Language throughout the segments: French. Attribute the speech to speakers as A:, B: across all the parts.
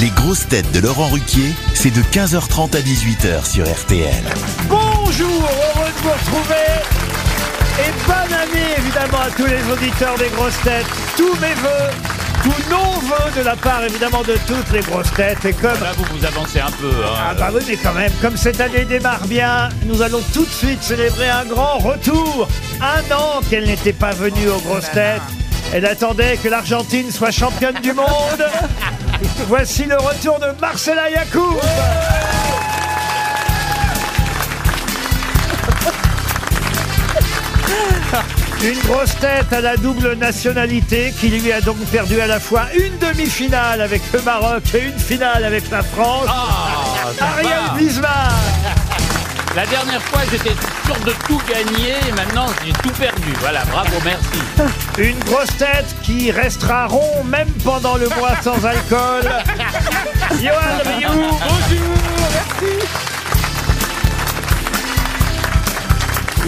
A: Les grosses têtes de Laurent Ruquier, c'est de 15h30 à 18h sur RTL.
B: Bonjour, heureux de vous retrouver et bonne année évidemment à tous les auditeurs des grosses têtes. Tous mes voeux, tous nos voeux de la part évidemment de toutes les grosses têtes et comme
C: Là, vous vous avancez un peu. hein.
B: ah bah oui mais quand même comme cette année démarre bien, nous allons tout de suite célébrer un grand retour. Un an qu'elle n'était pas venue aux grosses têtes. Elle attendait que l'Argentine soit championne du monde. Voici le retour de Marcela Yacoub. Une grosse tête à la double nationalité qui lui a donc perdu à la fois une demi-finale avec le Maroc et une finale avec la France.
C: Ah, ça va.
B: Ariel Wiesmann
C: La dernière fois, j'étais sûr de tout gagner et maintenant, j'ai tout perdu. Voilà, bravo, merci.
B: Une grosse tête qui restera rond même pendant le mois sans alcool. Johan Rioux, bonjour, merci.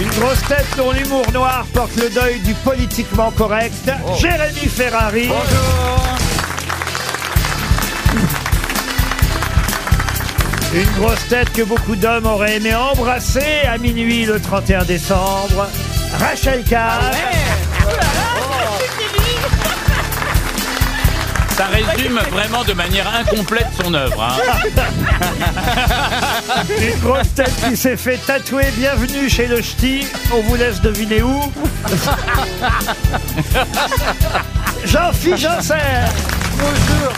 B: Une grosse tête dont l'humour noir porte le deuil du politiquement correct. Jérémy Ferrari.
C: Oh.
B: Une grosse tête que beaucoup d'hommes auraient aimé embrasser à minuit le 31 décembre. Rachel Kahn.
C: Ça résume vraiment de manière incomplète son œuvre. hein.
B: Une grosse tête qui s'est fait tatouer Bienvenue chez le ch'ti. On vous laisse deviner où. Jean-Philippe Janssen. Bonjour.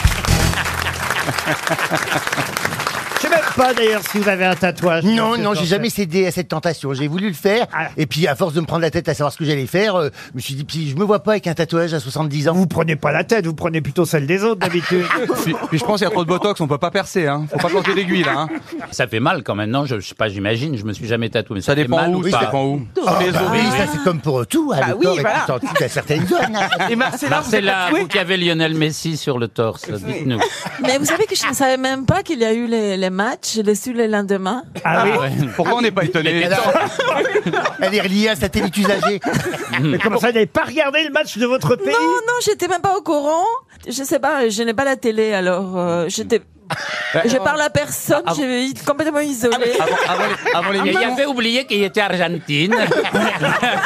B: Je sais même pas d'ailleurs si vous avez un tatouage.
D: Non,
B: monsieur
D: Oh non, j'ai
B: Janssen.
D: jamais cédé à cette tentation. J'ai voulu le faire.
B: Ah.
D: Et puis, à force de me prendre la tête à savoir ce que j'allais faire, euh, je me suis dit, si je me vois pas avec un tatouage à 70 ans.
B: Vous prenez pas la tête, vous prenez plutôt celle des autres d'habitude.
E: Puis, puis je pense qu'il y a trop de botox, on peut pas percer, hein. Faut pas planter d'aiguille là. Hein.
C: Ça fait mal quand même. Non, je, je sais pas, j'imagine. Je me suis jamais tatoué. Mais
E: Ça
C: fait
E: dépend
C: mal
E: où,
C: ou
E: ça
C: pas
E: dépend où.
D: Ah,
E: les
D: bah oui,
E: ovaires.
D: ça c'est comme pour tout. hein,
F: Bah
D: le
F: oui,
D: corps est
F: voilà.
D: sensible à certaines zones. hein.
F: Et Marcella, vous êtes
C: Marcella,
F: tatouée
C: vous qui avez Lionel Messi sur le torse, dites-nous.
G: Mais vous savez que je ne savais même pas qu'il y a eu les, les matchs. Je l'ai su le lendemain.
B: Ah oui,
E: Pourquoi on n'est pas étonné
D: Elle est reliée à un satellite usagé.
B: mais comment ça, vous n'avez pas regardé le match de votre pays
G: Non, Oh non, j'étais même pas au courant. Je sais pas, je n'ai pas la télé, alors euh, j'étais. Je parle à personne, je suis complètement isolée.
E: avant, avant les, avant les
C: Et il
E: missions,
C: avait oublié qu'il était argentine.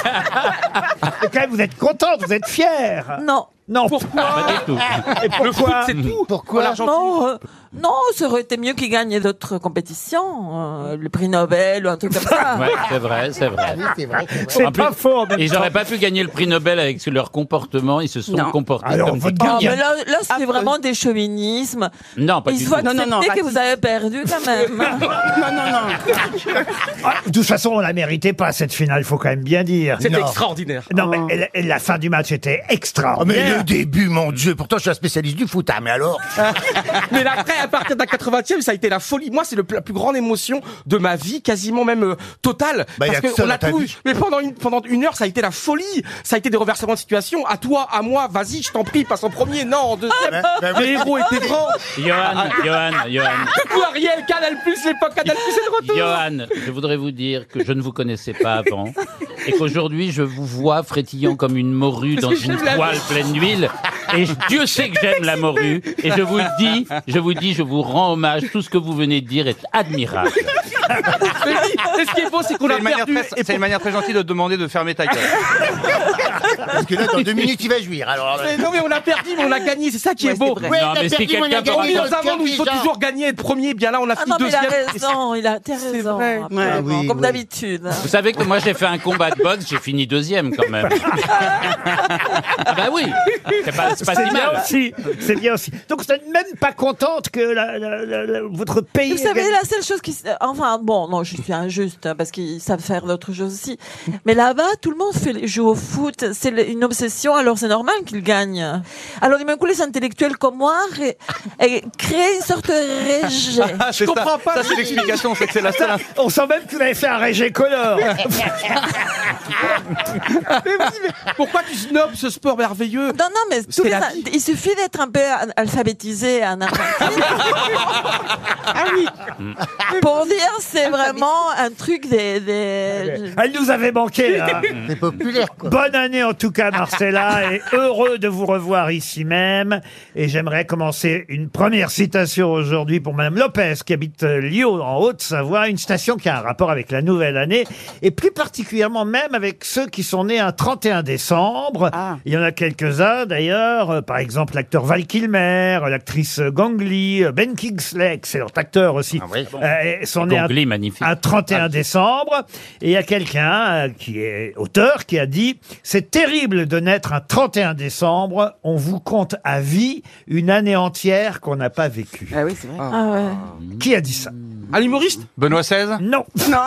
B: Mais Quand même, vous êtes contente, vous êtes fière.
G: Non.
B: Non,
C: Pas
B: pourquoi
C: du tout.
B: Et pourquoi
D: Pourquoi
G: Non, euh, non, ça aurait été mieux qu'il gagne d'autres compétitions, euh, le prix Nobel ou un truc comme ça.
C: Ouais, c'est vrai, c'est vrai.
D: Oui, Ah, c'est vrai, c'est vrai.
B: C'est
C: En plus,
B: pas faux en même
C: Ils
B: temps.
C: n'auraient pas pu gagner le prix Nobel avec leur comportement. Ils se sont
F: Non.
C: comportés
B: Alors,
C: comme des
B: votre
G: Oh,
B: gardien.
G: mais là, là, c'est
F: Affreux.
G: vraiment des chauvinismes.
C: Non, pas
G: Il
C: du
G: faut
C: tout.
F: Non,
G: accepter
F: non, non,
G: que
F: raciste.
G: vous avez perdu quand même.
F: Non, non, non.
B: Ah, de toute façon, on la méritait pas cette finale, faut quand même bien dire.
D: Non.
F: extraordinaire.
B: Non,
C: Oh.
B: mais elle- elle- la fin du match était
D: Ah, mais
B: extraordinaire.
D: le début, mon Dieu. Pourtant, je suis un spécialiste du foot. Ah, mais alors
F: Mais là, après, à partir de la 80e, ça a été la folie. Moi, c'est le pl- la plus grande émotion de ma vie, quasiment même euh, totale.
D: Bah, y a
F: parce
D: que ça
F: qu'on
D: dans
F: a
D: ta
F: tout.
D: vie.
F: Mais pendant une, pendant une heure, ça a été la folie. Ça a été des renversements de situation. À toi, à moi, vas-y, je t'en prie, passe en premier. Non, en deuxième.
D: ben
F: Les héros étaient grands.
C: Johan, Johan, Johan.
F: Coucou Ariel, Canal Plus, l'époque Canal Plus est de retour.
C: Johan, je voudrais vous dire que je ne vous connaissais pas avant et qu'aujourd'hui je vous vois frétillant comme une morue dans
F: Parce que
C: une
F: j'aime la-
C: poêle pleine d'huile. Et je- Dieu sait que j'aime la morue. Et je vous le dis, je vous dis, je vous rends hommage. Tout ce que vous venez de dire est admirable.
F: Mais oui, mais ce qui est beau, c'est qu'on
E: c'est
F: a
E: une, manière
F: perdu.
E: très,
F: Et
E: c'est une manière très gentille de te demander de fermer ta gueule.
D: Parce que là, dans deux minutes, il va jouir. Alors, euh,
F: Mais non mais on a perdu mais on a gagné, c'est ça qui est
G: Ouais, c'est
F: beau.
G: vrai.
D: Ouais,
C: non,
D: t'as
C: mais si
D: perdu,
C: quelqu'un
D: on a
C: peut
D: gagné,
F: On est
D: dans
F: dans
D: le
F: un monde où il faut
D: Kirghiz,
F: toujours gagner, être premier. Bien là, on a
G: Ah
F: fini
G: non, mais il a
F: deuxième.
G: raison, il a t'as raison.
F: vrai.
G: absolument,
D: Ouais, oui,
G: comme
D: oui.
G: d'habitude.
C: Vous savez que moi j'ai fait un combat de boxe, j'ai fini deuxième quand même. Ah bah oui, c'est pas, c'est pas
B: C'est
C: si
B: bien
C: mal.
B: aussi. C'est bien aussi. Donc, vous n'êtes même pas contente que la- la- la- la- votre pays.
G: Vous
B: ait
G: savez,
B: gagné.
G: la seule chose qui... euh, Enfin, bon, non, je suis injuste, hein, parce qu'ils savent faire d'autres choses aussi. Mais là-bas, tout le monde fait, joue au foot. C'est le- une obsession, alors c'est normal qu'ils gagnent. Alors, du même coup, les intellectuels comme moi ré- et créent une sorte de rejet.
E: Ah, c'est
F: comprends
E: ça,
F: pas.
E: Ça, c'est l'explication, c'est que c'est la seule.
B: On sent même que vous avez fait un régé color.
F: Mais oui, mais pourquoi tu snobs ce sport merveilleux
G: Non, non, mais tous
F: C'est
G: les
F: la
G: in-
F: vie.
G: il suffit d'être un peu al- alphabétisé en Argentine
F: Ah oui,
G: pour dire c'est vraiment un truc des. des-
B: Elle nous avait manqué. hein.
D: C'est populaire, quoi.
B: Bonne année en tout cas, Marcella, et heureux de vous revoir ici même. Et j'aimerais commencer une première citation aujourd'hui pour Madame Lopez, qui habite euh, Lyon, en Haute-Savoie, une station qui a un rapport avec la nouvelle année, et plus particulièrement même avec ceux qui sont nés un 31 décembre.
D: Ah.
B: Il y en a quelques-uns d'ailleurs, euh, par exemple l'acteur Val Kilmer, euh, l'actrice euh, Gangli, euh, Ben Kingsley, excellent acteur aussi,
D: Ah oui.
B: euh, et sont nés un
C: Gongli, magnifique.
B: un 31 décembre. Et il y a quelqu'un euh, qui est auteur qui a dit C'est terrible de naître un 31 décembre. On vous compte à vie une année entière qu'on n'a pas vécue.
H: Ah oui, c'est vrai.
G: Ah ouais.
B: Qui a dit ça
F: Un humoriste
E: Benoît XVI
B: Non,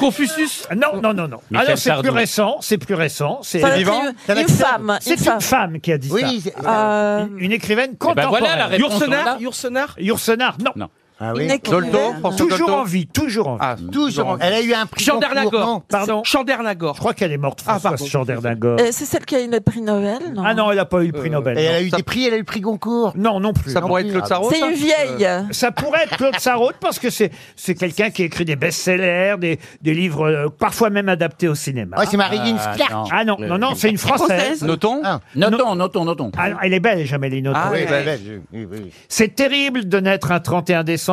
F: Confucius
B: non, non, non, non.
C: Michel
B: Alors c'est plus
C: Sardou.
B: récent, c'est plus récent. C'est
G: Ça doit être
E: vivant
G: une-
D: Ça
G: Une,
D: va être-
G: femme.
B: c'est
G: Une femme.
B: une femme qui a dit
D: Ah, Oui,
B: ça.
D: c'est-
G: Euh,
B: Une, une écrivaine
C: Eh ben
B: contemporaine.
C: voilà la réponse. on l'a.
F: Yourcenar Yourcenar
B: Yourcenar, non.
C: Non.
D: ah
G: une
D: oui.
G: écrivaine.
E: Dolto, François
B: Toujours
E: Dolto
B: en vie, toujours en vie.
E: Ah,
D: Toujours. en- Elle a eu un prix.
F: Jean
D: Goncourt, non
F: Dernagor
B: Pardon. Je
F: Chandernagor
B: crois qu'elle est morte,
F: Ah,
B: Françoise
F: pardon.
B: Chandernagor.
G: Euh, c'est celle qui a eu le prix Nobel Non.
B: Ah non, elle n'a pas eu le prix
F: Euh,
B: Nobel.
D: Et elle a eu
E: Ça-
D: des prix, elle a eu le prix Goncourt.
B: Non, non plus.
E: ça pourrait être Claude Sarraud
G: C'est
E: ça
G: une vieille.
B: Ça pourrait être Claude Sarraute parce que c'est c'est quelqu'un qui écrit des best-sellers, des, des livres euh, parfois même adaptés au cinéma.
D: Ah, c'est Euh, Marilyn
C: Ah,
D: Clark.
C: non.
B: Ah non, non, non, c'est une Française.
G: Française.
E: Noton
D: Ah.
C: Notons, notons, notons.
B: Ah non, elle est belle, Jamel Hinoto.
E: Ah,
D: Oui,
E: ouais.
D: bah, bah, je- oui, oui.
B: C'est terrible de naître un 31 décembre,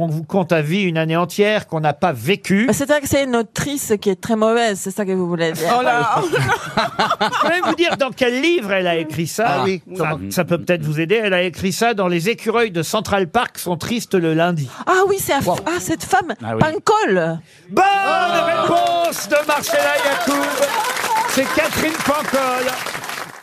B: on vous compte à vie une année entière qu'on n'a pas vécue.
G: Bah, C'est-à-dire que c'est une autrice qui est très mauvaise, c'est ça que vous voulez dire.
F: Oh là
B: Je vais vous dire dans quel livre elle a écrit ça.
D: Ah oui.
B: Ça, ça peut peut-être vous aider. Elle a écrit ça dans Les écureuils de Central Park sont tristes le lundi.
G: Ah oui, c'est un- ah, cette femme,
C: Ah oui.
G: Pancol.
B: Bonne réponse de Marcella Yacoub. C'est Catherine Pancol.